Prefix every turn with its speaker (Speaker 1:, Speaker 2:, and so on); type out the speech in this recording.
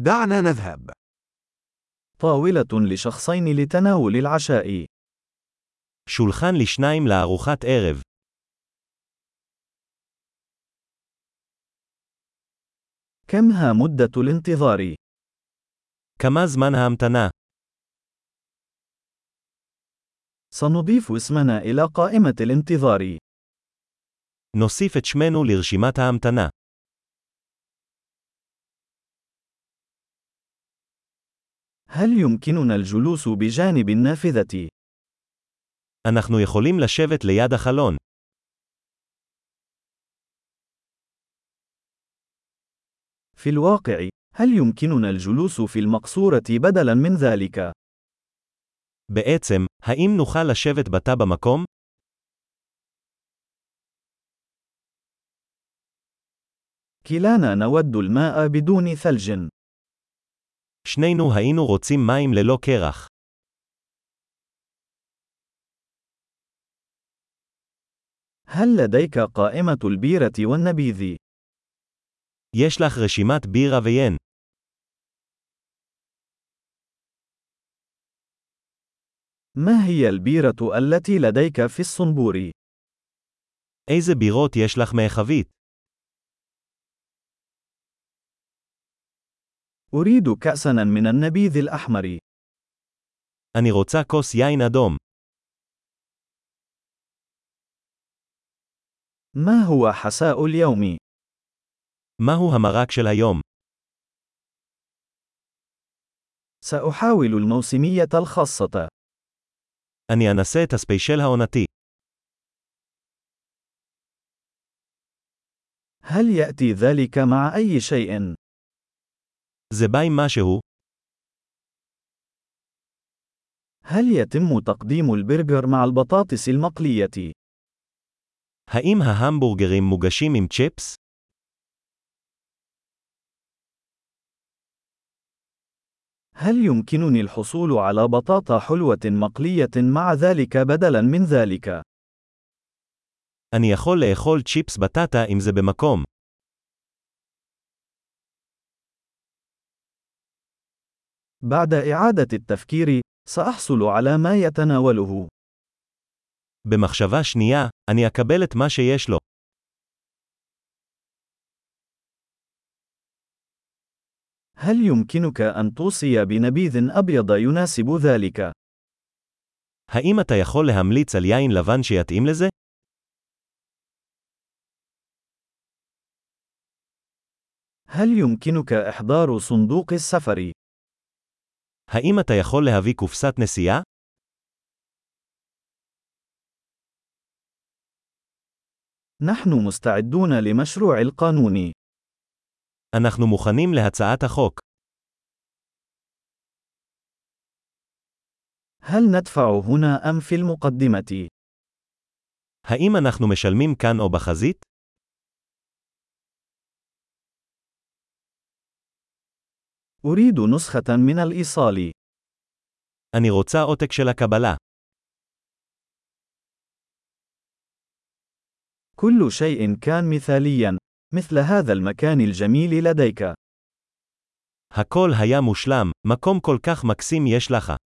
Speaker 1: دعنا نذهب.
Speaker 2: طاولة لشخصين لتناول العشاء.
Speaker 3: שולחן לשניים לארוחת ערב.
Speaker 2: كم ها مدة الانتظار؟
Speaker 3: כמה זמן ההמתנה?
Speaker 2: سنضيف اسمنا إلى قائمة الانتظار.
Speaker 3: נוסיף את שמנו לרשימת ההמתנה.
Speaker 2: هل يمكننا الجلوس بجانب النافذة؟
Speaker 3: אנחנו יכולים לשבת ליד החלון.
Speaker 2: في الواقع، هل يمكننا الجلوس في المقصورة بدلاً من ذلك؟
Speaker 3: בעצם, האם נוכל לשבת בתא במקום?
Speaker 2: كلانا نود الماء بدون ثلج.
Speaker 3: שנינו היינו רוצים מים ללא קרח.
Speaker 2: هل لديك قائمة البيرة والنبيذ؟
Speaker 3: יש לך רשימת בירה ויין.
Speaker 2: ما هي البيرة التي لديك في الصنبور؟
Speaker 3: איזה בירות יש לך מהחבית?
Speaker 2: أريد كأساً من النبيذ الأحمر.
Speaker 3: אני רוצה כוס יין אדום.
Speaker 2: ما هو حساء اليوم؟
Speaker 3: מהו המרק של היום?
Speaker 2: سأحاول الموسمية الخاصة.
Speaker 3: אני אנסה את הספיישל העונתי.
Speaker 2: هل يأتي ذلك مع أي شيء؟
Speaker 3: זה בא עם משהו?
Speaker 2: هل يتم تقديم البرجر مع البطاطس المقلية؟
Speaker 3: האם ההמבורגרים מוגשים עם צ'יפס?
Speaker 2: هل يمكنني الحصول على بطاطا حلوة مقلية مع ذلك بدلاً من ذلك؟
Speaker 3: אני יכול לאכול צ'יפס בטטה אם זה במקום.
Speaker 2: بعد إعادة التفكير، سأحصل على ما يتناوله.
Speaker 3: במחשבה שנייה, אני אקבל את מה שיש לו.
Speaker 2: هل يمكنك أن توصي بنبيذ أبيض يناسب ذلك؟
Speaker 3: האם אתה יכול להמליץ על יין לבן שיתאים לזה?
Speaker 2: هل يمكنك إحضار صندوق السفر؟
Speaker 3: האם אתה יכול להביא קופסת נסיעה?
Speaker 2: نحن مستعدون لمشروع القانون.
Speaker 3: אנחנו מוכנים להצעת החוק.
Speaker 2: هل ندفع هنا أم في المقدمة؟
Speaker 3: האם אנחנו משלמים כאן או בחזית?
Speaker 2: أريد نسخة من الإيصال.
Speaker 3: אני רוצה עותק של הקבלה.
Speaker 2: كل شيء كان مثاليا، مثل هذا المكان الجميل لديك.
Speaker 3: הכל היה מושלם, מקום כל כך מקסים יש לך.